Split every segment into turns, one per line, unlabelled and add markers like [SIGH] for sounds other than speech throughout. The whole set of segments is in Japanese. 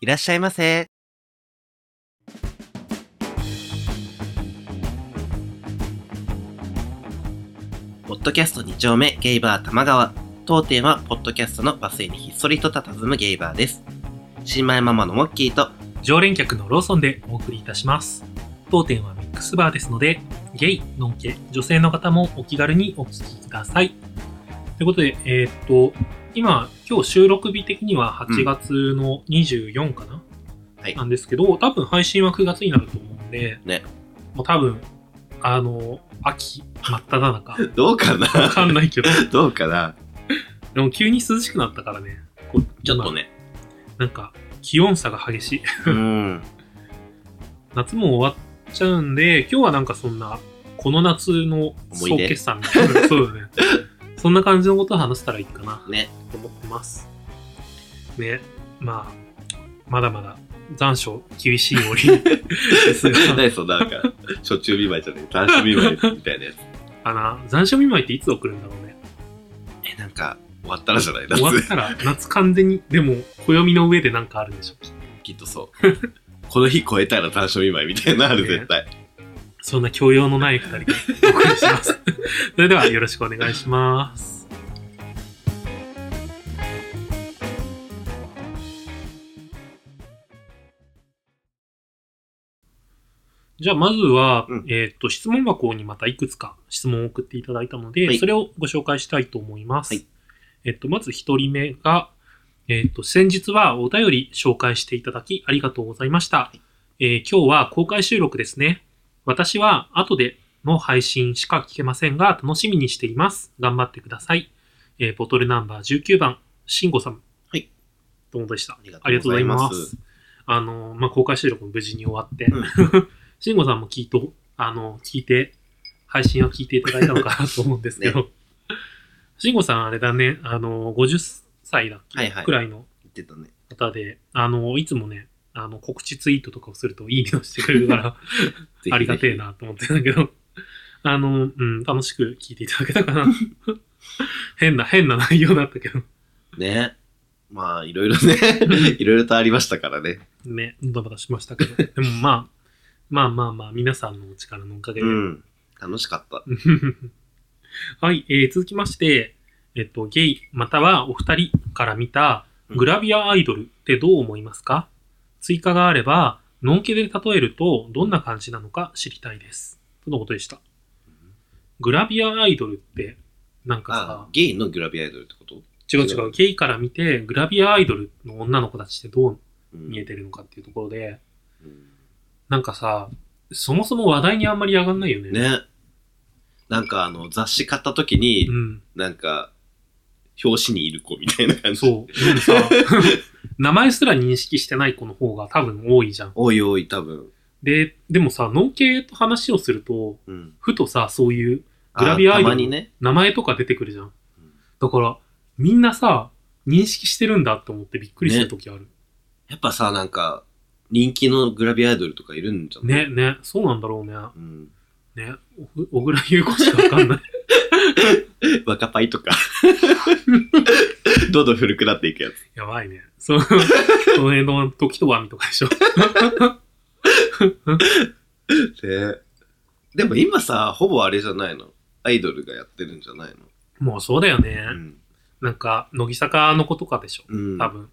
いらっしゃいませ。ポッドキャスト2丁目ゲイバー玉川。当店はポッドキャストのバス停にひっそりと佇むゲイバーです。新米ママのモッキーと
常連客のローソンでお送りいたします。当店はミックスバーですので、ゲイ、ノンケ、女性の方もお気軽にお聞きください。ということで、えーっと、今、今日収録日的には8月の24かな、
はい
なんですけど、多分配信は9月になると思うんで、
ね
もう多分、あの、秋、真っ只中。
どうかな [LAUGHS]
わかんないけど。
どうかな
でも急に涼しくなったからね。こう
ちょっと。ね。
今なんか、気温差が激しい。
うん。
夏も終わっちゃうんで、今日はなんかそんな、この夏の
思い
総
出
決算みたいな、そうだね。そんな感じのことを話せたらいいかな
ね。
と思ってます。ね、まあ、まだまだ残暑厳しい折ですが、
何そのなんか、初中見舞いじゃない男子見舞いみたいなやつ。
あの、残暑見舞いっていつ送るんだろうね。
え、なんか、終わったらじゃない
終わったら夏完全に、でも暦の上でなんかあるんでしょ。
きっとそう。この日超えたら短所見舞いみたいなのある、
ね
絶対。
そんな教養のない二人でお送りします。それではよろしくお願いします。じゃあまずは、
うん
えっ、と、質問箱にまたいくつか質問を送っていただいたので、
はい
それをご紹介したいと思います。
はい
えっと、まず一人目が、えっと、先日はお便り紹介していただきありがとうございました。えー今日は公開収録ですね。私は後での配信しか聞けませんが、楽しみにしています。頑張ってください。えーボトルナンバー19番、慎吾さん。
はい。
どうもでした。
あ
あ
り
り
が
が
と
と
う
う
ご
ご
ざ
ざ
い
い
ま
ますす。あのー、まあ、公開収録も無事に終わって、 [LAUGHS] 慎吾さんもきっと、あの、聞いて、配信を聞いていただいたのかなと思うんですけど、慎吾さんあれだね、あの、50歳だっけ、
はいはい
くらいの
言ってたね。
方で、あの、いつもね、あの、告知ツイートとかをするといいねをしてくれる [LAUGHS] から、
ぜひぜひ
ありがてえ。なと思ってたけど、あの、うん、楽しく聞いていただけたか [LAUGHS] な。変な、変な内容だったけど。
ね。まあ、いろいろ
[LAUGHS]
ね、いろいろとありましたからね。
ね、ドバドバしましたけど。でもまあ、まあまあまあ、皆さんのお力のおかげで
う、ん。楽しかった。
[LAUGHS] はい、えー続きまして、えっと、ゲイ、またはお二人から見たグラビアアイドルってどう思いますか、追加があれば、ノンケで例えるとどんな感じなのか知りたいです。とのことでした。グラビアアイドルって、なんか
あ
さ、、
ゲイのグラビアアイドルってこと
違う違う、ゲイから見てグラビアアイドルの女の子たちってどう
うん
見えてるのかっていうところで、
うん
なんかさ、そもそも話題にあんまり上がんないよね。
ね。なんかあの、雑誌買った時に
う、ん。
なんか、表紙にいる子みたいな感じ。
そう。でも [LAUGHS] さ、名前すら認識してない子の方が多分多いじゃん。
おいおい、多分。
で、でもさ、農系と話をすると、
うん。
ふとさ、そういう
あ
グラビアアイドル
たまにね。
名前とか出てくるじゃん。だから、みんなさ、認識してるんだと思ってびっくりした時ある。
やっぱさ、なんか、人気のグラビアアイドルとかいるんじゃない
ね、ね、そうなんだろうね。
うん。
ね、お小倉優子しかわかんない。 [LAUGHS]
若パイとか。 [LAUGHS] どんどん古くなっていくやつ。
やばいね。そう、 [LAUGHS] その辺の時とわみとかでしょ。
で、でも今さ、ほぼあれじゃないの。アイドルがやってるんじゃないの。
もうそうだよね。
うん。
なんか、乃木坂の子とかでしょ。
うん、
多分。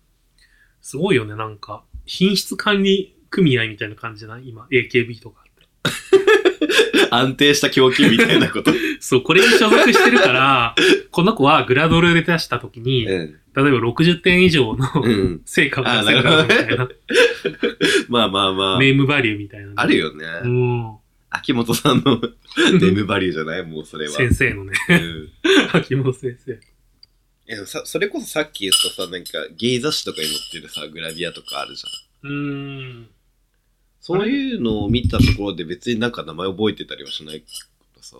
すごいよね、なんか。品質管理組合みたいな感じじゃない今、AKB とかって。
[LAUGHS] 安定した供給みたいなこと。う
そう、これに所属して
[LAUGHS]
るから、この子はグラドルで出した時に、 [LAUGHS] 例え
ん。
ば60点以上の
うん。
成果を出せるか
あ
ら
ー
み
な
た
るほ
いな、
まあまあまあ。
ネームバリューみたいな [LAUGHS] ね、
あるよ
う
ね。
ん。
秋元さんのネームバリューじゃないもうそれは。
先生のね、
うん
秋元先生。
えさそれこそさっき言ったさ、なんかゲイ雑誌とかに載ってるさ、グラビアとかあるじゃん。
うーん。
そういうのを見たところで別になんか名前覚えてたりはしないからさ、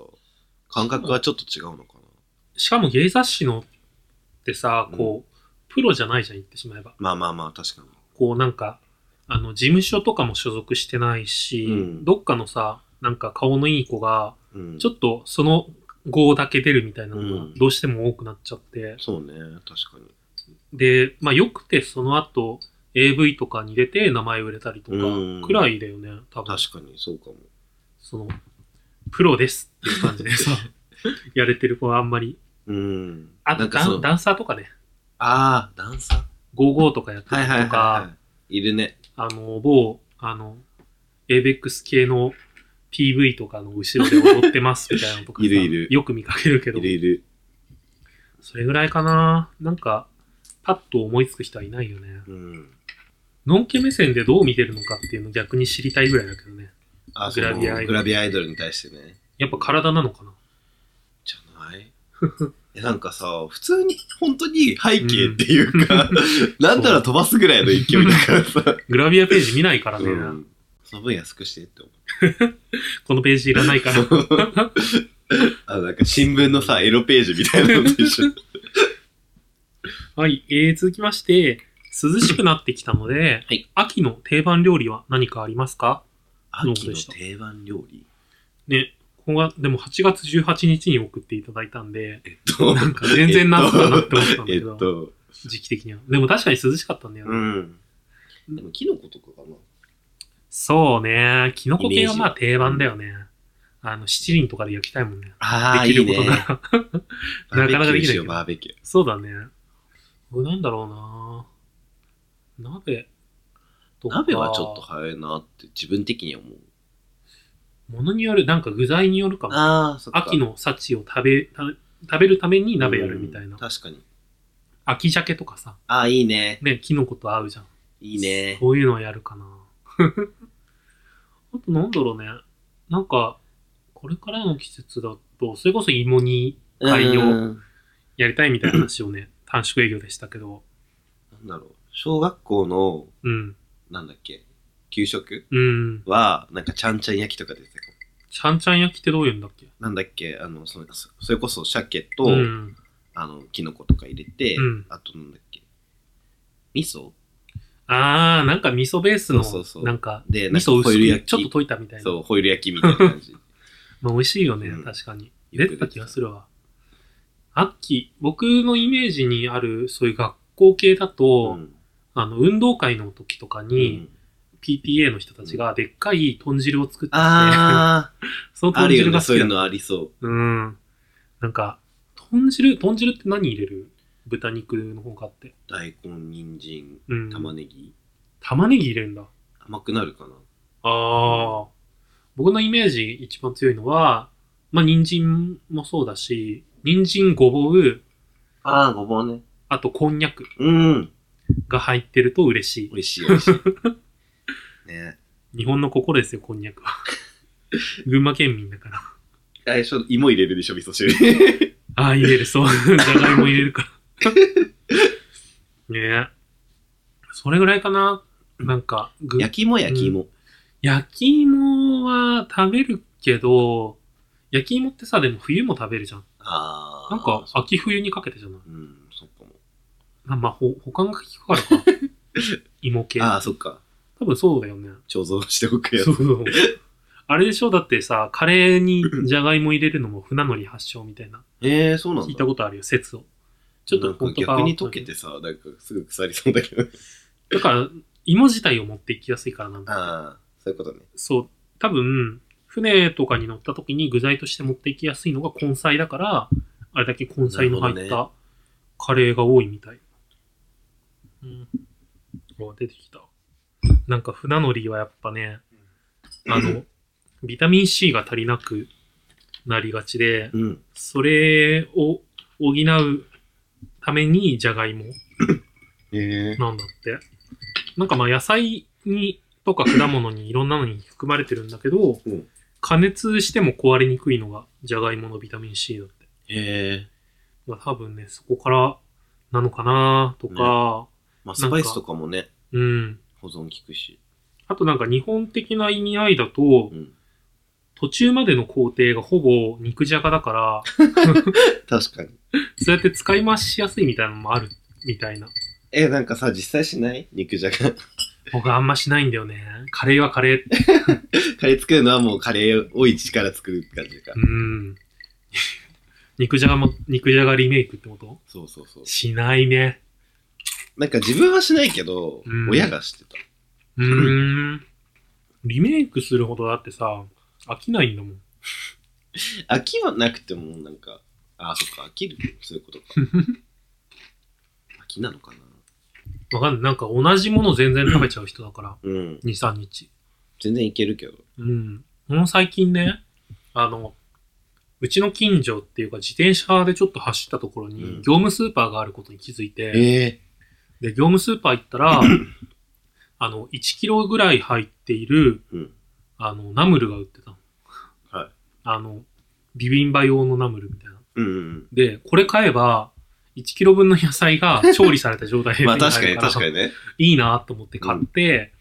感覚はちょっと違うのかな。
しかも芸雑誌のってさ、こう、プロじゃないじゃん、言ってしまえば。
まあまあまあ、確かに。
こうなんか、あの、事務所とかも所属してないし、
うん
どっかのさ、なんか顔のいい子が、
うん。
ちょっとその号だけ出るみたいなの
う
が
ん
どうしても多くなっちゃって、
そうね、確かに。
で、まあよくてその後、 AV とかに出て名前売れたりとか
うん
くらいだよね、多分。
確かにそうかも。
その、プロですっていう感じで
[LAUGHS]
さ、やれてる子はあんまり。
うん。
あ
な
と
んか
ダ
そ
ン、
う。
ダンサーとかね、
ああ、ダンサ
55とかやって
ー
る
はい
子
はいはい
とか、
はい。いるね。
あの、某、あの、ABEX 系の PV とかの後ろで踊ってますみたいなのとかさ
いるいる
よく見かけるけど
いる、いる。
それぐらいかな。なんか、パッと思いつく人はいないよね。
うん。
のんけ目線でどう見てるのかっていうの逆に知りたいぐらいだけどね。
あ
グラビア
そ
アイドル
のグラビアアイドルに対してね。
やっぱ体なのかな。
じゃないえなんかさ、普通に、本当に背景っていうか、 [LAUGHS] なんなら飛ばすぐらいの勢いだからさ。
グラビアページ見ないからね。
うんその分安くしてって思う。
このページいらないから。
あなんか新聞のさ、エロページみたいなのと一
[LAUGHS]
緒。
[LAUGHS] はい、えー、続きまして、涼しくなってきたので、
はい
秋の定番料理は何かありますか
秋の定番料理
ね、ここが、でも8月18日に送っていただいたんで、
えっと、
なんか全然夏だなって思ってたんだ
え
け
っ
ど、
と、
時期的には。でも確かに涼しかったんだよね。
うん。でも、キノコとかかな。
そうね、キノコ系はまあ
イメージ
定番だよね。あの、七輪とかで焼きたいもんね。
あ
できることなら。 [LAUGHS] なかなかできないけど
バーベキューしよ
そうだね。これなんだろうな鍋と
う、
か。
バーベキュー。鍋はちょっと早いなって自分的には思う。
ものによる、なんか具材によるかも。
ああ、そっか。
秋の幸を食べ、た食べるために鍋やるみたい
うん
な。
確かに。
秋鮭とかさ、
ああ、いいね。
ね、キノコと合うじゃん。
いいね。
そういうのはやるかな。 [LAUGHS] あとなんだろうね。なんか、これからの季節だと、それこそ芋煮海洋
うん
やりたいみたいな話をね、
[LAUGHS]
短縮営業でしたけど。
なんだろう。小学校の、
うん。
なんだっけ、給食
うん。
は、なんかちゃんちゃん焼きとか出てたよ
ちゃんちゃん焼きってどういうんだっけ
なんだっけ、あの、そのそそれこそ鮭と、
うん。
あの、キノコとか入れて、
うん
あとなんだっけ、味噌
あー、なんか味噌ベースの
そうそうそ、う
なんか、
で、
味噌
なんかホイル
薄
焼
く
き。
ちょっと溶いたみたいな。
そう、ホイル焼きみたいな感じ。
まあ美味しいよね、
うん
確かに。
よ
出
く
てた気がするわ。秋、僕のイメージにある、そういう学校系だと、
うん
あの、運動会の時とか
う
に、
ん
PTA の人たちがでっかい豚汁を作って、
あー、
[LAUGHS] その
あ
豚
るよ
汁が
ね、
好
そう
き
い
だ
うのありそう。
うん。なんか、豚汁、豚汁って何入れる豚肉の方があって。
大根、人参、
うん。
玉ねぎ。
玉ねぎ入れるんだ。
甘くなるかな
ああ。僕のイメージ一番強いのは、まあ、人参もそうだし、人参、ごぼう、
ああ、ごぼうね。
あとこんにゃく
うん。
が入ってると嬉し
美味しい、美味しい。ね
い。日本の心ですよ、こんにゃくは。 [LAUGHS] 群馬県民だか
あ
ら。
れ、ちょっと芋入れるでしょ、味噌汁。
ああ、入れる、そう。 [LAUGHS] じゃがいも入れるから。ねえ。 [LAUGHS] それぐらいかな。なんか、
[LAUGHS]
ぐ
焼き芋、焼き芋。
焼き芋は食べるけど、焼き芋ってさ、でも冬も食べるじゃん。
ああ。
なんか、
そ
秋冬にかけてじゃない
うん、そっかも。
あまあ、ほ、保管が効くから
[LAUGHS]
か。芋系。
ああ、そっか。
多分そうだよね。
貯蔵しておくやつ
そう。そう。あれでしょだってさ、カレーにじゃがいも入れるのも船乗り発祥みたいな。
ええー、そうなんだ。
聞いたことあるよ、説を。ち
ち
ょ
ょ
っ
っ
と
と
本当
逆に溶けてさ、なんかすぐ腐りそうだけど。
だから、芋自体を持っていきやすいからなん
[LAUGHS]
だ。
ああ、そういうことね。
そう。多分、船とかに乗った時に具材として持っていきやすいのが根菜だから、あれだけ根菜の
な
入っ
るほど
たカレーが多いみたい。うん。あ、出てきた。なんか船乗りはやっぱね、あの、ビタミン C が足りなくなりがちで、
うん。
それを補うためにじゃがいも
ええ
なんだって。なんかまあ野菜にとか果物にいろんなのに含まれてるんだけど、
うん
加熱しても壊れにくいのがじゃがいものビタミン C だって。
ええ
まあ多分ね、そこからなのかなとか、
まあ、スパイスとかもね、
うん。
保存効くし。
あとなんか日本的な意味合いだと
う、ん。
途中までの工程がほぼ肉じゃがだから、
確かに。
そうやって使い回しやすいみたいなのもあるみたいな。
えなんかさ、実際しない肉じゃが。
僕あんましないんだよね。カレーはカレーって。
カレー作るのはもうカレーを一から作る感じか。
うん。肉じゃがも、肉じゃがリメイクってこと
そうそうそう。
しないね。
なんか自分はしないけど、
うん
親がしてた。
うーん。リメイクするほどだってさ、飽きないんだもん。
飽きはなくても、なんか、あ、そっか、飽きる。そういうこと
[LAUGHS]
か。飽きなのかな。
わかんない。なんか同じもの全然食べちゃう人だから、
うん。
2、3日。
全然いけるけど。
うん。この最近ね、あの、うちの近所っていうか自転車でちょっと走ったところに
うん
業務スーパーがあることに気づいて、
え
で、業務スーパー行っ
[CLEARS THROAT]
たら、あの、1キロぐらい入っている、
うん
あの、ナムルが売ってたの。
はい。
あの、ビビンバ用のナムルみたいな。
うんうん
で、これ買えば、1キロ分の野菜が調理された状態
う
で
ん。まあ確か
手
に
入るら
確かにね。
いいなと思って買って、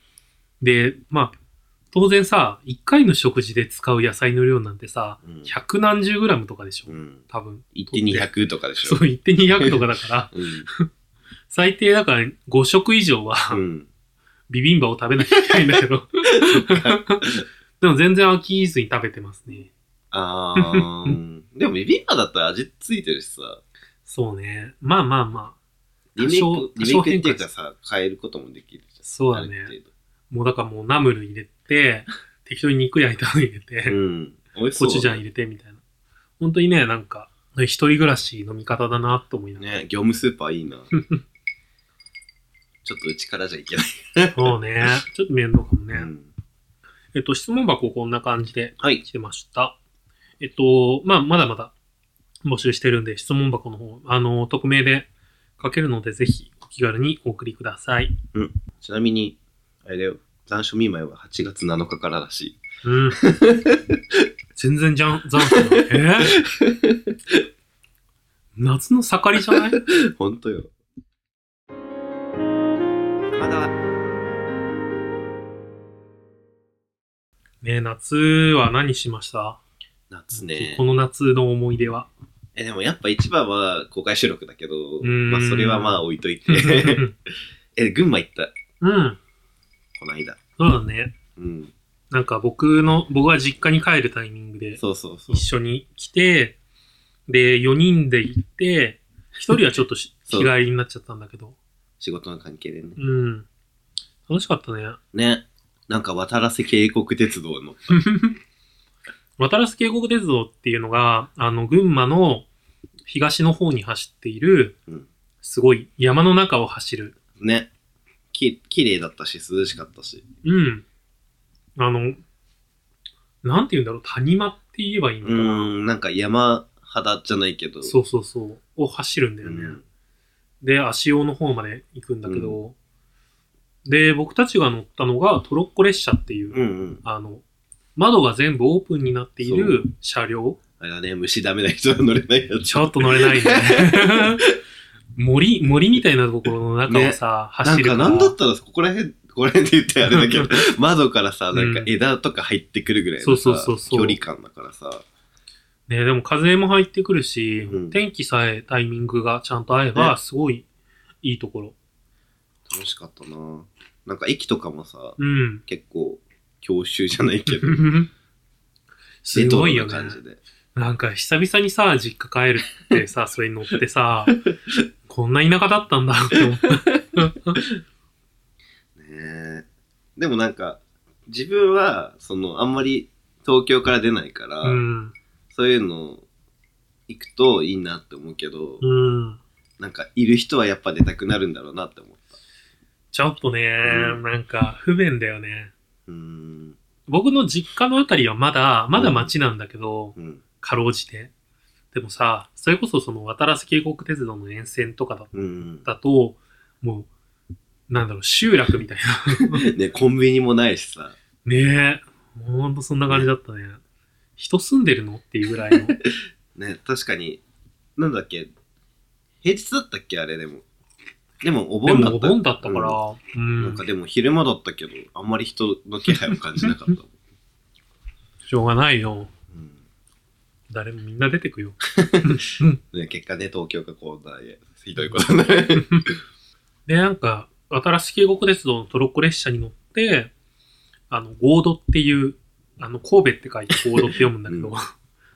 で、まあ、当然さ、1回の食事で使う野菜の量なんてさ、
うん
百何十グラムとかでしょ
うん。
多分。
行って200とかでしょ
そ。う、言って200とかだ
[LAUGHS]
から、
うん。
最低だから5食以上は
うん。
ビビンバを食べなきゃいけないんだ
[LAUGHS]
けど。でも全然飽きずに食べてますね。
あー
[LAUGHS]
うん。でもビビンバだったら味ついてるしさ、
そうね。まあまあまあ。
リメイク、
多少
リメイクっていうか
多少変化
さ、変えることもできるじゃん。
そうだね
ある
もうだからもうナムル入れて、適当に肉焼いたの入れて、
程度うん。美味しそ
コ
う。
チュジャン入れてみたいな。本当にね、なんか、一人暮らしの味方だなと思いながら。
ね、業務スーパーいい
[LAUGHS]
な。ちょっとうちからじゃいけない。
そ
[LAUGHS]
うね。ちょっと面倒かもね。
うん
えっと、質問箱こんな感じで
はい。
来てました。えっと、まあ、まだまだ募集してるんで、質問箱の方、あの、匿名で書けるので、ぜひお気軽にお送りください。
ちなみに、あれだよ。残暑見舞いは8月7日かららしい。 [LAUGHS]
うん。全然じゃん、残暑だ。
[LAUGHS]
えー夏の盛りじゃない
ほんとよ。まだ。
ね夏は何しました
夏ね
こ。の夏の思い出は。
え、でもやっぱ一番は公開収録だけど、
ん
まあそれはまあ置いとい
[LAUGHS]
て。
う
え、群馬行った。
ん。
この間。
そうだね。
うん。
なんか僕の、僕は実家に帰るタイミングで
そうそうそう
一。緒に来て、で、4人で行って、1人はちょっとし日
そう
帰りになっちゃったんだけど。
仕事の関係でね
う。ん。楽しかったね。
ね。なんか渡らせ渓谷鉄道の。
渡良瀬渓谷鉄道っていうのが、あの、群馬の東の方に走っている
うん、
すごい山の中を走る。
ね。き、綺麗だったし、涼しかったし。
うん。あの、なんて言うんだろう、谷間って言えばいいの
う
かな。
ん、なんか山肌じゃないけど。
そうそうそう。を走るんだ
う
よね。
ん。
で、足尾の方まで行くんだけど、で、僕たちが乗ったのがトロッコ列車っていう、
うんうん。
あの、窓が全部オープンになっている車両。
あれだね、虫ダメな人は乗れないやつ。
ちょっと乗
[LAUGHS]
れないね。森、森みたいなところの中をさ、
な
走
ん
るか。
からなんだったら、ここら辺、ここら辺って言ってあれだけど、窓からさ、なんか
うん
枝とか入ってくるぐらい
そう
の
そう
さ
そうそう
距離感だからさ。
ね、でも風も入ってくるし、
うん
天気さえタイミングがちゃんと合えば、
ね
すごいいいところ。
楽しかったななんか駅とかもさ、
うん。
結構、教習じゃないけど、
[LAUGHS] すごいよね
レトロ。な感じで。
なんか久々にさ、実家帰るってさ、それに乗って [LAUGHS] さ、こんな田舎だったんだって思った。
ねえでもなんか自分はそのあんまり東京から出ないから、
うん。
そういうの行くといいなって思うけど、
うん。
なんかいる人はやっぱ出たくなるんだろうなって思った
ちょっとね、
うん
なんか不便だよね。
うーん
僕の実家のあたりはまだ、まだ町なんだけど、
うん
かろうじて。でもさ、それこそその渡良瀬渓谷鉄道の沿線とかだ
うん
だと、もう、なんだろう、集落みたいな。 [LAUGHS]
ねコンビニもないしさ
ねえ。ほんとそんな感じだったね。人住んでるのっていうぐら [LAUGHS] いの。
ね確かになんだっけ平日だったっけあれでもでもお
で
盆だ
もお
った
盆だったから、
う
うん
ん、なんかでも昼間だったけどあんまり人の気配を感じなかったもん、
しょうがないよ。
うん
誰もみんな出てくよ。
ね、結果ね、東京がこんなひどいことね。
[LAUGHS] で、なんか、新しい渓谷鉄道のトロッコ列車に乗って、あの、ゴードっていう、あの、神戸って書いてゴードって読むんだけど、
うん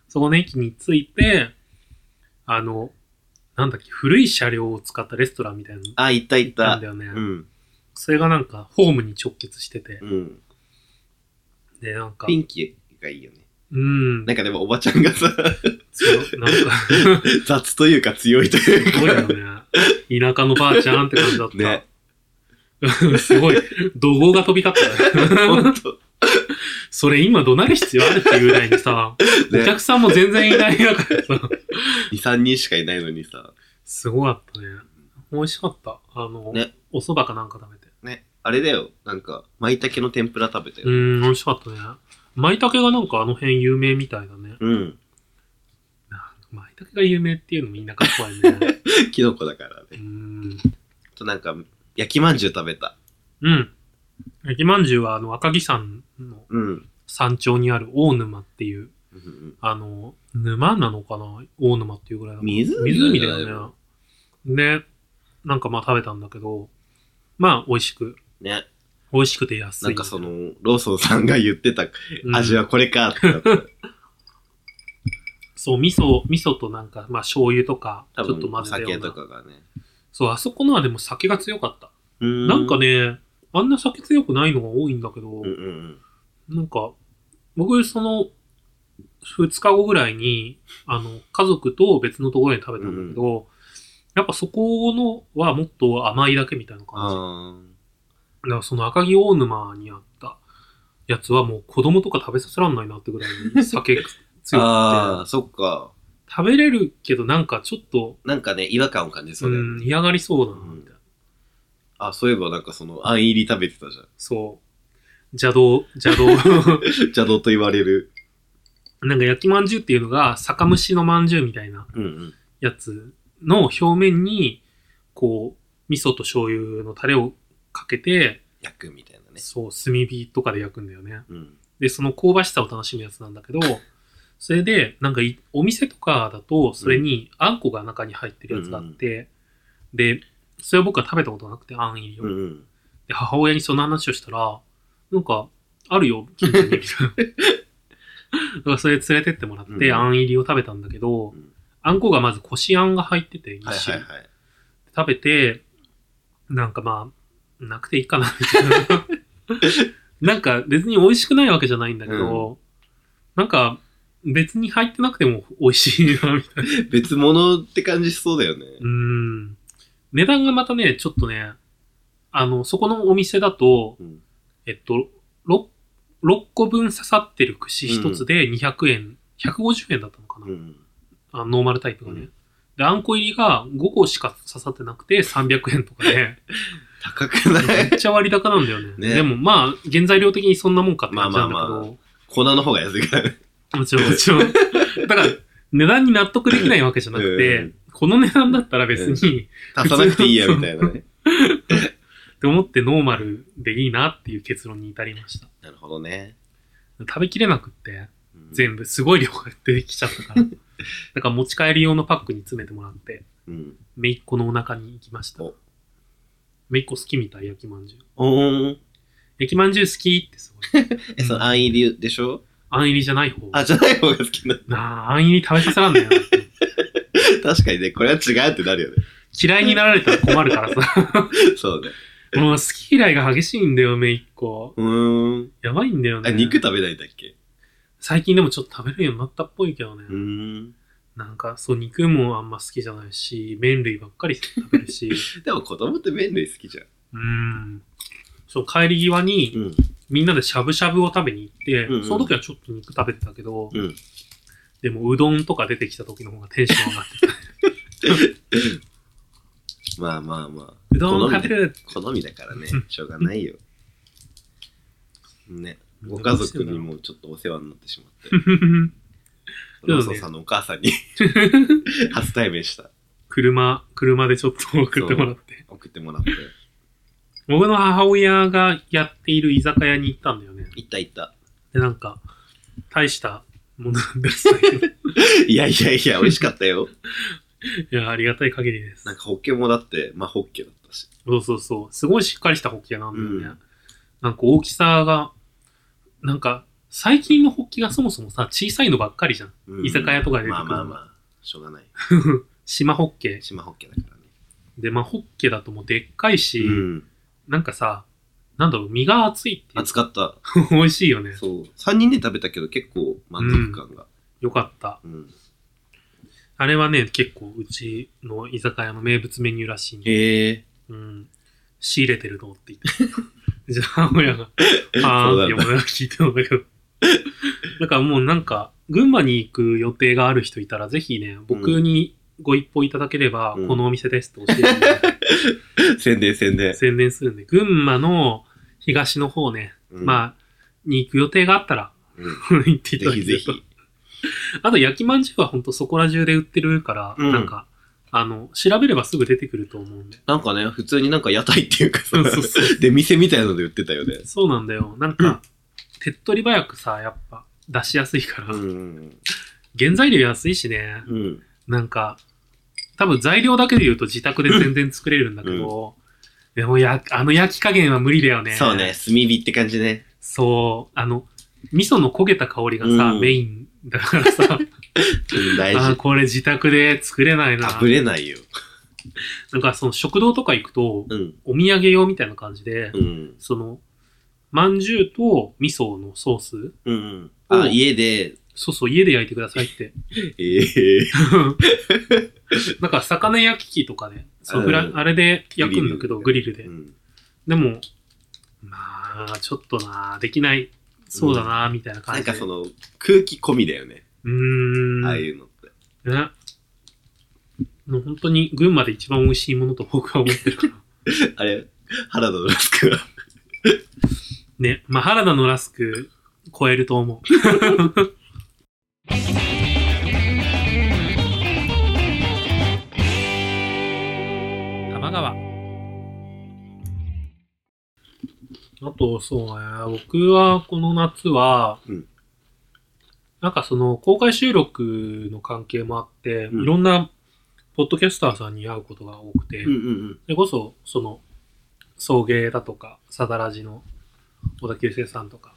そこの駅に着いて、あの、なんだっけ、古い車両を使ったレストランみたいなの
あ、行った行っ
な
た
んだ。よね。
うん。
それがなんか、ホームに直結してて
う、ん。
で、なんか、
ピンキーがいいよね。
うん、
なんかでもおばちゃんがさ、
強なんか、
雑というか強いという
すごいよ
か。 [LAUGHS]
ね。田舎のばあちゃんって感じだった。
ね。
[LAUGHS] すごい、怒号が飛び交ったね、
ほんと。
それ今怒鳴る必要あるっていうぐらいにさ、
[LAUGHS]
お
ね。
客さんも全然いない中でさ、
2、3人しかいないのにさ。
すごかったね。美味しかった。あの、
ね
お蕎麦かなんか食べて。
ね。あれだよ。なんか、舞茸の天ぷら食べた
う
よ。
ーん、美味しかったね。舞茸がなんかあの辺有名みたいだね。
うん。
舞茸が有名っていうのも田舎っぽいね。
キノコだから
う
ね。
ん。
あとなんか、焼きまんじゅう食べた。
うん。焼きまんじゅうはあの赤城山の
うん。
山頂にある大沼っていう、
うんうん
あの、沼なのかな大沼っていうぐらいだから
湖
湖だ
じゃない
よ
の
ね。で、なんかまあ食べたんだけど、まあ美味しく、
ね。
美味しくて安い。
なんかそ、の、ローソンさんが言ってた
うん
味はこれかってな
[LAUGHS]
った。
そう、味噌、味噌となんか、まあ醤油とか、ち
多
ょっと
分、
混
お
ぜたよう
酒
な
とかがね。
そう、あそこのはでも酒が強かった。
な
なんか。ね、あんな酒強くないのが多いんだけど、
うんうんうん。
なんか、僕、その、2日後ぐらいに、あの、家族と別のところで食べたんだけど、やっぱそこのはもっと甘いだけみたいな感じ。
あ
だからその赤城大沼にあったやつはもう子供とか食べさせらんないなってぐらいに酒
ー
強
あ
く
ー、
て。
そっか。
食べれるけどなんかちょっと、
なんかね、違和感を感じそうだよ
うん
ね。
嫌がりそうだな、みたいな。
あ、そういえばなんかその、あん入り食べてたじゃん。
そう。邪道、邪道。 [LAUGHS]
邪道と言われる。
なんか焼きまんじゅうっていうのが、酒蒸しのまんじゅうみたいな
うんうん。
やつの表面に、こう、味噌と醤油のタレをかけて、
焼くみたいなね。
そう、炭火とかで焼くんだよね。
うん。
で、その香ばしさを楽しむやつなんだ
[LAUGHS]
けど、それで、なんかい、お店とかだと、それにあんこが中に入ってるやつがあって、で、それは僕は食べたことなくて、あん入りを。
うんうん。
で、母親にその話をしたら、なんか、あるよ、近所
[LAUGHS]
に、み [LAUGHS] たいな。だからそれ連れてってもらっ
う
て、
ん
あん入りを食べたんだけど、
うん
あんこがまずこしあんが入ってて、一
はい
種
はい
類
はい。
食べて、なんかまあ、なくていいかな、みた
[LAUGHS]
いな。なんか別に美味しくないわけじゃないんだけど、なんか別に入ってなくても美味しいな、みたいな。
別物って感じしそうだよね。
うん。値段がまたね、ちょっとね、あの、そこのお店だと、
うん
えっと、6, 6個分刺さってる串1つで200円、150円だったのかな、
うん。
あノーマルタイプがね。
うん
で、あんこ入りが5個しか刺さってなくて300円とかで、
高くな
め
い
っちゃ割高なんだよね。
ね
でもまあ、原材料的にそんなもんかって感じなんだけど、
まあまあ粉の方が安いからね。
もちろんもちろん。だから、値段に納得できないわけじゃなくて、
うん
この値段だったら別に、
足さなくていいや、みたいなね。
って思ってノーマルでいいなっていう結論に至りました。
[LAUGHS] なるほどね。
食べきれなくって、
うん
全部すごい量が出てきちゃったから。
[LAUGHS]
だから持ち帰り用のパックに詰めてもらって、
うん。
めいっ子のお腹に行きました
お。
めいっ子好きみたい、焼きまんじゅう。
おーん。
焼きまんじゅう好きってす
[LAUGHS]
ごい。
え、その、あん入りでしょ
あん入りじゃない方。
あ、じゃない方が好きな。
なあ、あん入り食べさせらんないよ。
確かにね、これは違うってなるよね。
嫌いになられたら困るか
[LAUGHS]
らさ。
そうね。
もう好き嫌いが激しいんだよ、めいっ子。
うーん。
やばいんだよ
あ、
ね。
肉食べないんだっけ
最近でもちょっと食べるようになったっぽいけどね。
うーん。
なんか、そう、肉もあんま好きじゃないし、麺類ばっかり食べる
[LAUGHS]
し、
でも子供って麺類好きじゃん。
うーん。そう、帰り際に、
うん。
みんなでしゃぶしゃぶを食べに行って、
うんうん
その時はちょっと肉食べてたけど、
うん
でも、うどんとか出てきた時の方がテンション
[LAUGHS]
上がってた。
まあまあまあ。
うど
好
ん食
み
べ
だ
る
好みだからね、しょうがないよ。ね。ご家族に。もちょっとお世話になってしまって。ローソンさんのお母さん
[LAUGHS]
に初対面した。
[LAUGHS] 車、車でちょっと送ってもらって。
送ってもらって。
僕の母親がやっている居酒屋に行ったんだよね。
行った行った。
で、なんか、大したものなんです
[LAUGHS]
けど、い
いやいやいや、美味しかったよ。
や、ありがたい限りです。
なんかホッケもだって、まあホッケだったし。
そうそうそう。すごいしっかりしたホッキなんだよね。
うん
なんか大きさが、なんか最近のホッキがそもそもさ、小さいのばっかりじゃん。
うん
居酒屋とかで出てく
ま
る
あまあまあ、しょうがない。
島ホッケ
島ホッケだからね。
で、まあ、ホッケだともうでっかいし、
うん。
なんかさ、なんだろう、身が厚いっていう
暑かった。
か美味しいよね。
そう。3人で食べたけど結構満足感が。
よかった。
うん。
あれはね、結構うちの居酒屋の名物メニューらしいね。
へえ。
うん。仕入れてるのって言
[LAUGHS]
って。じゃあ、親が、あーんって
そうなんだ
俺が聞いてたんだけど。だからもうなんか、群馬に行く予定がある人いたら、ぜひね、僕にご一報いただければ、
うん
このお店ですって教えてもら
[LAUGHS]
え
宣伝宣伝
て、。宣伝するんで、群馬の東の方ね、
あ、
まあ、に行く予定があったら、 [LAUGHS]
うん
行ってい
ぜ
ただけ
ひ
ると。
ぜひ。
あと、焼きまんじゅうはほんとそこら中で売ってるから、
うん
なんか、あの、調べればすぐ出てくると思うんで。
なんかね、普通になんか屋台っていうかさ
そうそうそ、
で、店みたいなので売ってたよね。
そうなんだよ。なんか、手っ取り早くさ、やっぱ出しやすいから、
うん。
原材料安いしね、
うん。
なんか、多分材料だけで言うと自宅で全然作れるんだけど、でもや、あの焼き加減は無理だよね。
そうね、。炭火って感じね。
そう、あの、味噌の焦げた香りがさ、
うん
メインだからさ、
うん、 [LAUGHS] 大
あー
事。
これ自宅で作れないな。
あぶれないよ。
なんかその食堂とか行くと、
うん。
お土産用みたいな感じで、
うん。
その、まんじゅうと味噌のソース、
うん。あ、家で、
そうそう、家で焼いてくださいって
ええ
[LAUGHS] なんか魚焼き器とかで、そうフラ
うん
あれで焼くんだけど、グリルで
う。ん。
でも、まあ、ちょっとな、できない、そうだな、みたいな
な
感
ん
じで。
かその、空気込みだよね。
うーん。
ああいうのって。
ね。もう本当に群馬で一番美味しいものと僕は思ってるから。
あれ、原田のラスクは。
ね。まあ、原田のラスク超えると [LAUGHS] 思う。玉川。あと、そうね。僕は、この夏は、
うん
なんかその、公開収録の関係もあって、
うん
いろんな、ポッドキャスターさんに会うことが多くて、
うんうん
それこそ、その、送迎だとか、サダラジの小田急生さんとか、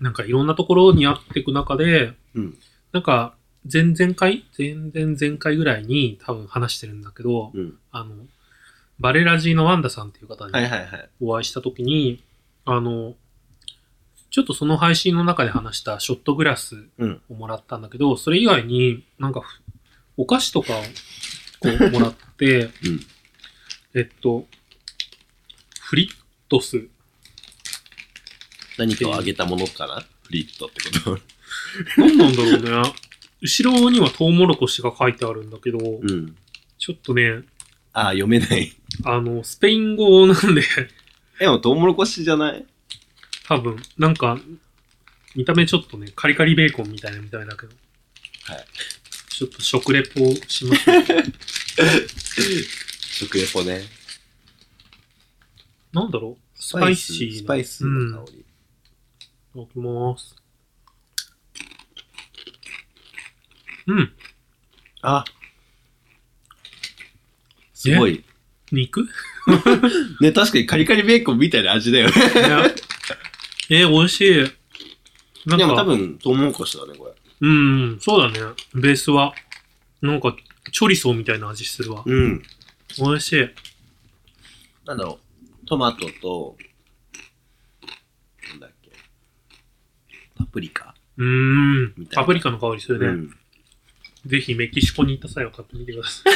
なんかいろんなところに会っていく中で、
うん
なんか、前々回前々前回ぐらいに多分話してるんだけど、
うん。
あの、バレラジのワンダさんっていう方
はい
に
はいはい。
お会いした時に、あの、ちょっとその配信の中で話したショットグラス
うん
をもらったんだけど、それ以外になんかふお菓子とかをこうもらって、
うん
えっと、フリットス。
何かをあげたものかなフリットってこと。
何なんだろうね。 [LAUGHS] 後ろにはトウモロコシが書いてあるんだけど、
うん。
ちょっとね、
ああ、読めない。
あの、スペイン語なんで、 [LAUGHS]
でも、トウモロコシじゃない
多分、なんか、見た目ちょっとね、カリカリベーコンみたいなみたいだけど。
はい。
ちょっと食レポをし
[LAUGHS]
ましょう。
食レポね。
なんだろうスパイシーな。
スパイスの香り。
いただきます。うん。
あすごい。
肉 [LAUGHS] い
ね、確かにカリカリベーコンみたいな味だよね。
やえー、美味しい。なんか、
でも多分、トウモロコシだね、これ。
うん、そうだね。ベースは。なんか、チョリソーみたいな味するわ。
うん。
美味しい。
なんだろう。トマトと、なんだっけ。パプリカ。
うーん
み。たいな
パプリカの香りするね。
うん
ぜひメキシコに行った際は買ってみてください。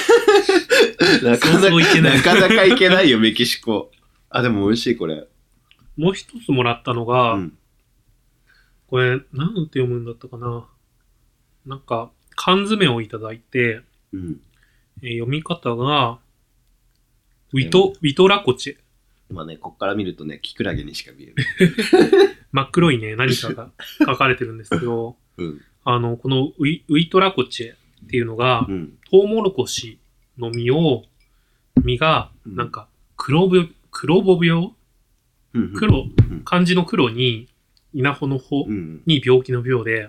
[LAUGHS]
なか
そう
な
そうい
か、
けない
なかなかいけ
[LAUGHS]
ないよ、メキシコ。あ、でも美味しい、これ。
もう一つもらったのが、
うん。
これ、なんて読むんだったかな。なんか、缶詰をいただいて、
うん。
えー読み方が、ウィト、ウィトラコチェ。
今ね、こっから見るとね、キクラゲにしか見えない。
真っ黒いね、何かが書かれてるんですけど、
[LAUGHS] うん。
あの、このウィウィトラコチェっていうのが
う、ん。
トウモロコシの実を、実が、
うん
なんか、黒ぼ、黒ぼ病
うん
黒
うん、
漢字の黒に、稲穂の穂
うん。
に病気の病で、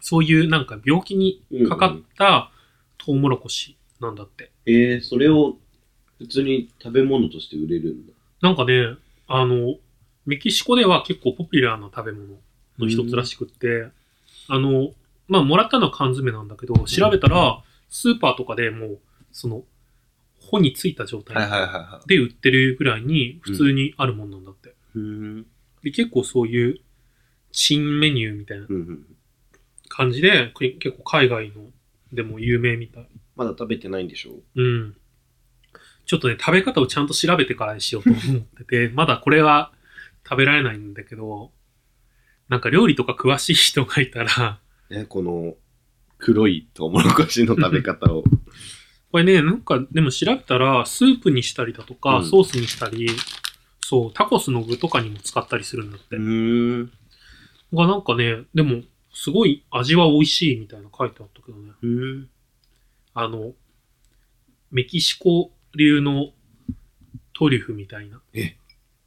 そういうなんか病気にかかったトウモロコシなんだって。
えー、それを、普通に食べ物として売れるんだ。
なんかね、あの、メキシコでは結構ポピュラーな食べ物の一つらしくって、あの、まあ、もらったのは缶詰なんだけど、調べたら、スーパーとかでもう、その、穂についた状
はい
態
はいはいは
で売ってるぐらいに普通にあるもんなんだって。
い。うん。
で、結構そういう、新メニューみたいな
うんうん。
感じで、く結構海外のでも有名みたい。
まだ食べてないんでしょ
うん。ちょっとね、食べ方をちゃんと調べてからにしようと思ってて、 [LAUGHS] まだこれは食べられないんだけど、なんか料理とか詳しい人がいたら、
ね、この黒いトウモロコシの食べ方を。
これね、なんかでも調べたら、スープにしたりだとか、
うん
ソースにしたり、そう、タコスの具とかにも使ったりするんだって。
ん。
がなんかね、でも、すごい味は美味しいみたいな書いてあったけどね。
うん。
あの、メキシコ流のトリュフみたいな。っ
え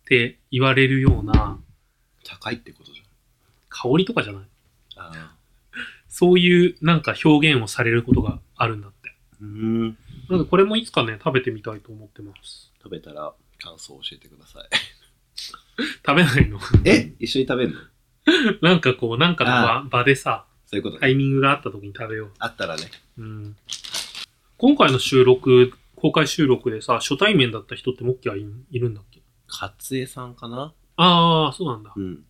て言われるような
高いってことじ
香りとかじゃない
ゃん。ああ。
そういうなんか表現をされることがあるんだって。
うん。
なのでこれもいつかね、食べてみたいと思ってます。
食べたら感想を教えてください。
食べないの [LAUGHS]
え一緒に食べるの
なんかこう、なんかの場場でさ、
そういうことね、
タイミングがあった時に食べよ
あったらね。
う。うん。今回の収録、公開収録でさ、初対面だった人ってモッキーはいいるんだっけ
かつえさんかな
ああ、そうなんだ
う。ん。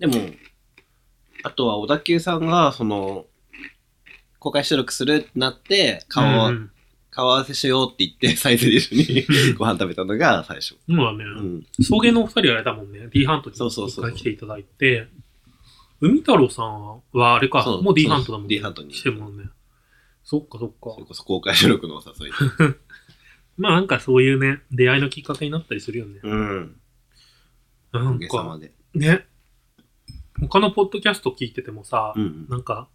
でも、あとは小田急さんが、その、公開収録するってなって、顔を、
うんうん
顔合わせしようって言って、サイズで一緒にご飯食べたのが最初。
そうだね。
うん。
草原のお二人はあれだもんね。D ハントに
そうそうそう
一
そう
回来ていただいて、海太郎さんはあれか
そ、う
もう D ハントだもん
そう D ハントに
来てるもんね。そっかそ
それ
っか。
こそ公開収録のお誘い。
まあなんかそういうね、出会いのきっかけになったりするよね。
うん。お
なん
かげさま
か、
で。
ね。他のポッドキャスト聞いててもさ、
うんうん。
なんか、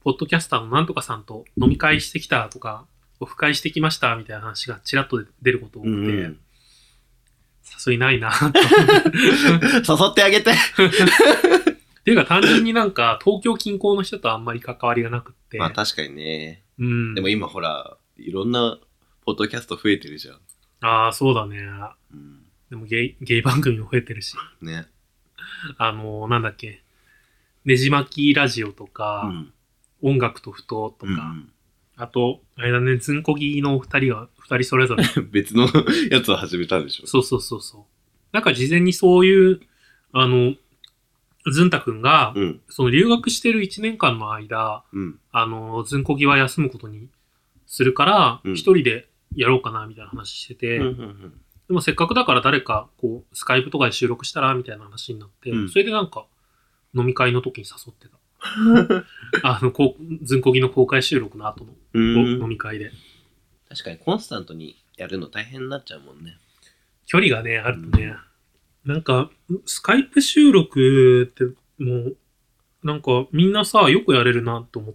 ポッドキャスターのなんとかさんと飲み会してきたとか、オフ会してきましたみたいな話がちらっと出ること多く
う
て、
んうん、
誘いないなと思って
誘ってあげて
っていうか単純になんか東京近郊の人とあんまり関わりがなくって。
まあ確かにね。
うん。
でも今ほら、いろんなポッドキャスト増えてるじゃん。
ああ、そうだね。
うん。
でもゲイ、ゲイ番組も増えてるし。
ね。
あのーなんだっけ。ねじ巻きラジオと
う
か、
ん。
音楽と不当と
う
か、
ん
あと、あれだね、ずんこぎのお二人が、二人それぞれ。 [LAUGHS]
うん、 [LAUGHS] 別のやつを始めたんでしょ
そうそうそうそう。なんか事前にそういう、あの、ずんたくんが、
うん。
その留学してる1年間の間、
うん。
あの、ずんこぎは休むことにするから、
うん
一人でやろうかな、みたいな話して
う
て、
んうん
でもせっかくだから誰か、こう、スカイプとかで収録したらみたいな話になって、
うん
それでなんか、飲み会の時に誘って
[LAUGHS]
た。あの、こう、ずんこぎの公開収録の後の、
うん。う
飲
ん。
み会で。
確かにコンスタントにやるの大変になっちゃうもんね。
距離がね、あるとね、なんか、スカイプ収録って、もう、なんか、みんなさ、よくやれるなと思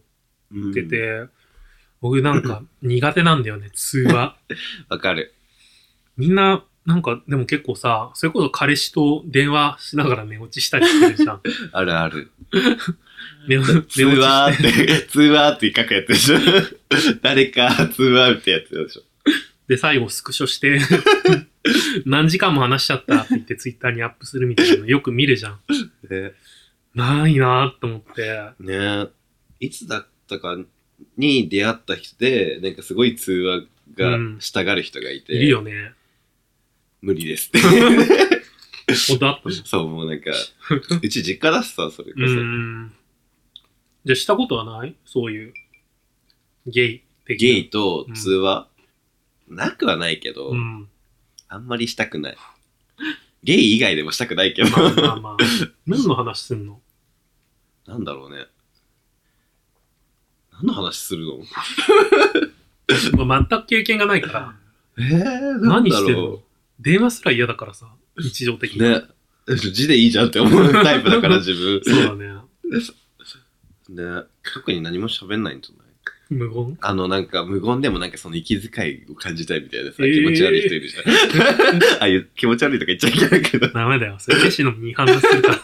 う
ってて、僕なんか、苦手なんだよね、通
[LAUGHS]
話。
わかる。
みんな、なんか、でも結構さ、それこそ彼氏と電話しながら寝落ちしたりしてる
[LAUGHS]
じゃん。
あるある。
寝落ち
通話って、 [LAUGHS] 通話って書くやつでしょ [LAUGHS] 誰か通話ってやつでしょ
で、最後スクシ
[LAUGHS]
ョして、何時間も話しちゃったって言ってツイッターにアップするみたいなのよく見るじゃん。
ね
ないなーと思って。
ねいつだったかに出会った人で、なんかすごい通話が
うん
したがる人がいて、
いるよね。
無理
[LAUGHS]
ですって。
ほどあったの。
[LAUGHS] そう、もうなんか、うち実家だしさ、それこ
うーん。じゃあしたことはないそういう。ゲイ
そ。
的な。
ゲイと通話、なくはないけど、
うん。
あんまりしたくない。ゲイ以外でもしたくないけど、
まあまあまあ。何の話すんの
[LAUGHS] なんだろうね。何の話するの
まあ全く経験がないから。
えー、
何してんの電話すら嫌だからさ。日常的に。
ね。字でいいじゃんって思うタイプだから自分。
そうだね。 [LAUGHS]
ね。特に何も喋んないんじゃない
無言。
あのなんか無言でもなんかその息遣いを感じたいみたいなさ、
えー
気持ち悪い人いるじゃん。 [LAUGHS] ああいう気持ち悪いとか言っちゃいけない [LAUGHS] けど。
ダメだよ。それ、決死のに反応するか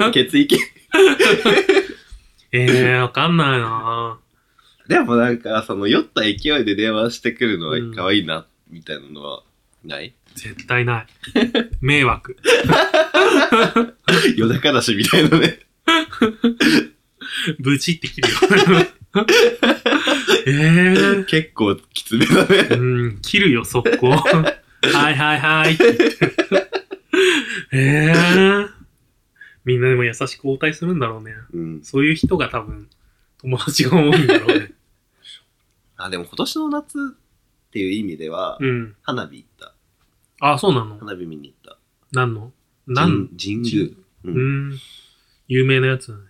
ら。 [LAUGHS]
血液。
ええー、わかんないなぁ
でもなんかその酔った勢いで電話してくるのは可愛いな、みたいなのはない
絶対ない。迷惑。
夜中だしみたいなね。
ブチって切るよ。 [LAUGHS] えー。
結構きつめだ [LAUGHS]
う
ね。
ん、切るよ、速攻。はいはいはいって言って。えー。みんなでも優しく応対するんだろうね。
うん。
そういう人が多分、友達が多いんだろうね。
あ、でも今年の夏っていう意味では、
うん。
花火行った。
あ、そうなの
花火見に行っ
何の
た。
何の
神神宮。う。
うんん。有名なやつだね。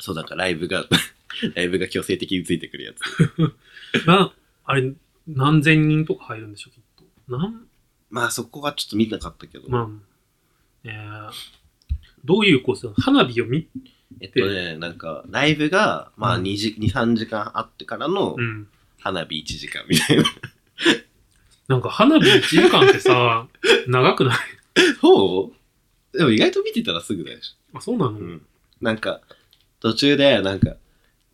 そう、なんかライブが、 [LAUGHS] ライブが強制的についてくるやつ。
が、あれ、何千人とか入るんでしょ、きっと。なん、
まあそこはちょっと見なかったけど。
まあ、えー、どういうコースなの花火を見、
えっとね、なんか、ライブが、まあ2時、2、3時間あってからの
うん。
花火1時間みたいな。
なんか花火1時間ってさ、 [LAUGHS] 長くない [LAUGHS]
そうでも意外と見てたらすぐだよ。
あ、そうなの、
うん。なんか、途中で、なんか、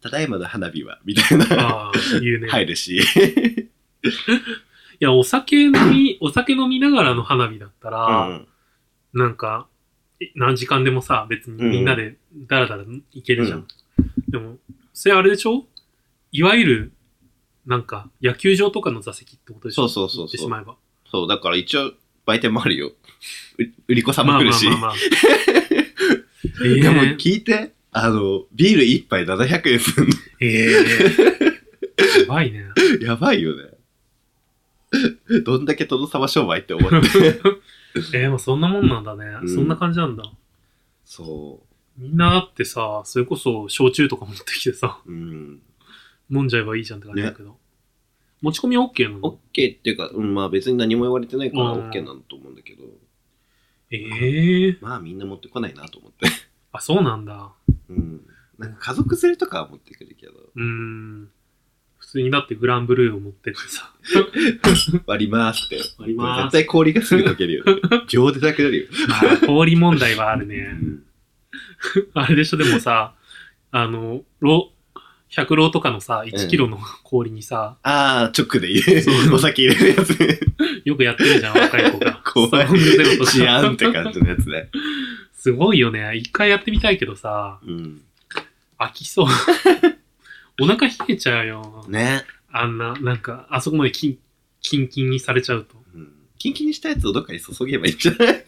ただいまの花火は、みたいな、
ああ、言う
[LAUGHS]
ね。
入
い。
るし。
や、お酒飲み、お酒飲みながらの花火だった
う
ら、
ん。
なんか、え何時間でもさ、別にみんなでダラダラいけるじゃん。
うん
でも、それあれでしょいわゆる、なんか、野球場とかの座席ってことでしょ
そうそうそうそう
言ってしまえば。
そう、だから一応、売店もあるよ。う売り子さん
ま
も
あ
来る
まあ
し
ま。あ
[LAUGHS]
まあ。え
でも
ー、
聞いて、あの、ビール1杯700円すん
えー、や
[LAUGHS]
ばいね。
の。やばいよね。 [LAUGHS] どんだけ殿様商売って思
[LAUGHS]
って。
えー、もうそんなもんなんだね。
うん
そんな感じなんだ。
そ
みんなだってさ、それこそ焼酎とか持ってきてさ、
う。うん。
飲んじゃえばいいじゃんって感じだけど。持ち込みは OK なの
OK っていうか、うん、まあ別に何も言われてないから
うん
OK なんだと思うんだけど、
えー、
まあみんな持ってこないなと思って。
あ、そうなんだ。
うん。なんか家族連れとかは持ってくるけど、
うーん。普通にだってグランブルーを持ってって
[LAUGHS]
さ。
割りますって。
割ります
絶対氷がすぐ溶ける
[LAUGHS]
よ、ね。秒でなくなるよ。
まあ、氷問題はある
う
ね。
ん。
あれでしょ、でもさ、あの、ロ、100ロとかのさ、1キロの氷にさ、
ああ、直で言
そう
う。お酒入れるや
[LAUGHS]
つね。。
よくやってるじゃん、若い子が
[LAUGHS] 怖い
ストロングゼロとか
治安って感じのやつね。
すごいよね。一回やってみたいけどさ、
うん。
飽
[LAUGHS]
きそう。お腹冷えちゃうよ。
ね。
あんな、なんか、あそこまでキン、キンキンにされちゃうと。
うん。キンキンにしたやつをどっかに注げばいいんじゃない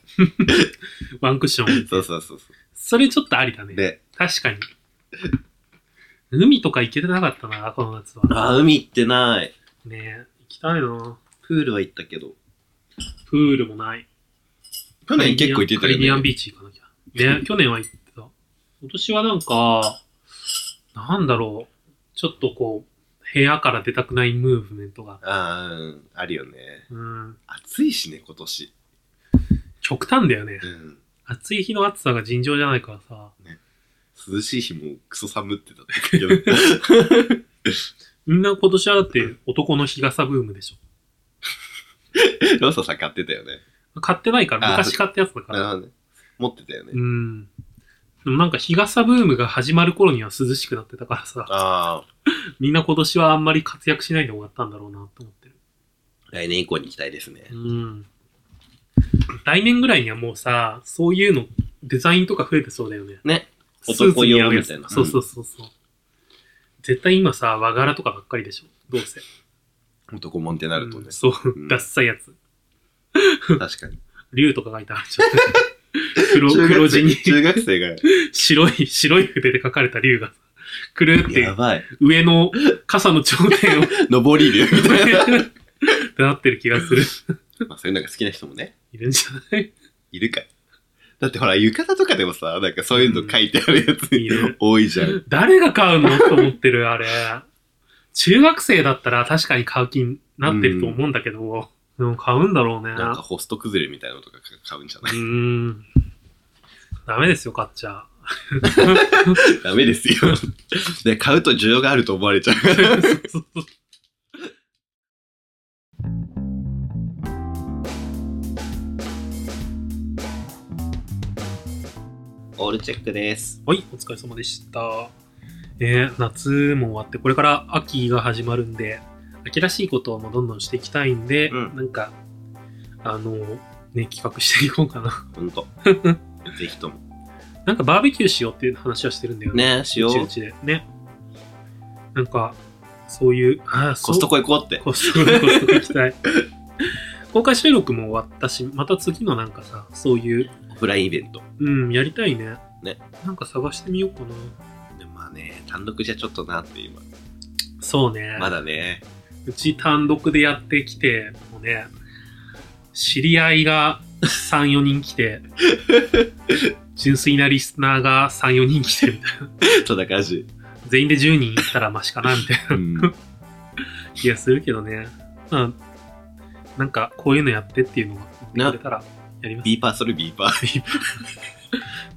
[LAUGHS] ワンクッション。
そうそうそうそ
それちょっとありだ
う。
ね。
で、
確かに。海とか行けてなかったな、この夏は。
ああ、海行ってない。
ねえ、行きたいな。
プールは行ったけど。
プールもない。
去年結構行ってた
カリビア
よ
ン
ね。
ビーチ行かなきゃ。ね、去年は行ってた。今年はなんか、なんだろう。ちょっとこう、部屋から出たくないムーブメントが。
ああ、うん。あるよね。
うん。
暑いしね、今年。
極端だよね
う。ん。
暑い日の暑さが尋常じゃないからさ。
涼しい日もクソ寒ってたけど。
みんな今年はだって男の日傘ブームでし
[LAUGHS] ローソンさん買ってたよね。
ょ。買ってないから、
あ
昔買ったやつだか
なる
ら。
ほどね。持ってたよね。
うん。でもなんか日傘ブームが始まる頃には涼しくなってたか
[LAUGHS]
らさ。
ああ。
みんな今年はあんまり活躍しないで終わったんだろうなと思ってる。
来年以降に行きたいですね。
うん。来年ぐらいにはもうさ、そういうの、デザインとか増えてそうだよね。
ね。
スーツに合うや
男用み
つ
たいな
そうそうそうそう。絶対今さ、和柄とかばっかりでしょ。どうせ。
男もんってなると
う
ね
ん。そう
う、ん
ダッサいやつ。
確かに。
竜とか書いてあるじゃん。 [LAUGHS] 黒、
中
黒
学
地に
生中学生が。
白い、白い筆で書かれた竜が、くるっ
[LAUGHS]
て
やばい。
上の傘の頂点を、
上り流みたい [LAUGHS] な。
ってなってる気がする。
まあそういうのが好きな人もね、
いるんじゃない
いるから。だってほら、浴衣とかでもさ、なんかそういうの書いてあるやつ
いる
多いじゃん。
誰が買うのと思ってる、あれ。中学生だったら確かに買う気になってると思うんだけど、でも買うんだろうね。
なんかホスト崩れみたいなのとか買うんじゃな
う
い
ーん。ダメですよ、買っちゃ。
ダメ [LAUGHS] ですよ。で、買うと需要があると思われちゃうから。
そうそう
オールチェックです。
はい、お疲れ様でした。えー夏も終わって、これから秋が始まるんで、秋らしいことをもうどんどんしていきたいんで、
うん
なんか、あの、ね、企画していこうかな。
ほん [LAUGHS] と。ぜひとも。
なんかバーベキューしようっていう話はしてるんだよね。
ね、しよ
うちう
う。
ちで。ね。なんか、そういう、ああ、
コストコ行こうって。
コストコ、コストコ行きたい。公開収録も終わったし、また次のなんかさ、そういう、
オフラインイベント。
うん、やりたいね。
ね。
なんか探してみようかな。
でもまあね、単独じゃちょっとなって今。
そうね。
まだね。
うち単独でやってきて、もうね、知り合いが3、4人
[LAUGHS]
来て、純粋なリスナーが3、4人来てみたいな、
そんな感じ。
全員で10人いったらマシかなみたいな
うん。
気がするけどね。まあ、なんかこういうのやってっていうのが言ってくれたらやりま
[LAUGHS]
す。
ビーパー、それビーパー。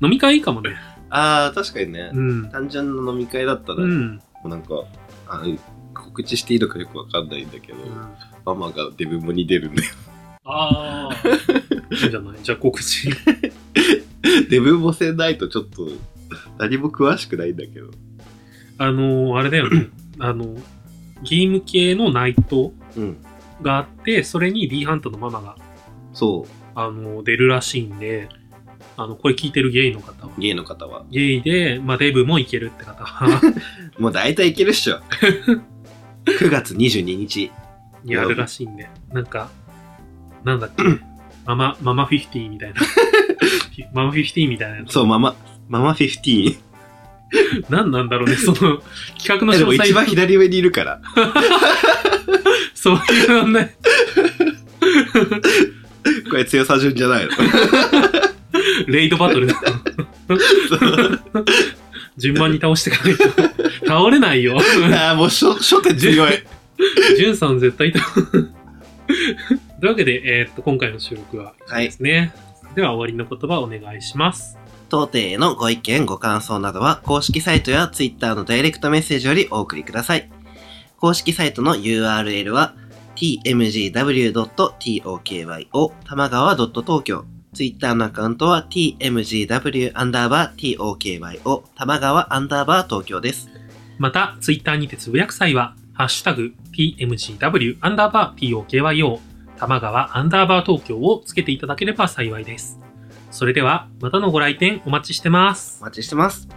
飲み会いいかもね。
あー、確かにね。
うん。
単純な飲み会だったら、も
うん。
うなんか、あ告知していいのかよくわかんないんだけど、
うん
ママがデブモに出るんだよ。 [LAUGHS]
ああ。 [LAUGHS] いいんじゃないじゃあ告知。
デブモせないとちょっと、何も詳しくないんだけど。
あのーあれだよね。あの、ゲーム系のナイト
うん。
があって、それに D ハントのママが、
そ
あの、出るらしいんで、あの、これ聞いてるゲイの方は。
う、ゲイの方は。
ゲイで、まあ、デブもいけるって方は、
もう大体いけるっ [LAUGHS] しょ。9月22日。
やるらしいんで。なんか、な
[LAUGHS]
んだっけ、ママ、ママフィフティみたいな。 [LAUGHS] ママフィフティみたいなやつ。
そう、ママ、ママ15。
何なんだろうね、その、企画の
えで
詳
も
細
一番左上にいるから。
[LAUGHS] そういうのね。
これ強さ順じゃ
[LAUGHS]
ないの。
レイドバトルだ。順番に倒していかないと。倒れないよ。 [LAUGHS]
ああ、もう初初手強い。
ジュンさん絶対倒れというわけで、えーっと、今回の収録は
はい
で。すね。では終わりの言葉お願いします。
当店へのご意見、ご感想などは、公式サイトや Twitter のダイレクトメッセージよりお送りください。公式サイトの URL は、tmgw.tokyo 玉川 .tokyo。Twitter のアカウントは、tmgw アンダーバー tokyo 玉川アンダーバー東京です。
また、ツイッターにてつぶやく際は、ハッシュタグ、tmgw アンダーバー tokyo 玉川アンダーバー東京をつけていただければ幸いです。それでは、またのご来店お待ちしてます
お。待ちしてます。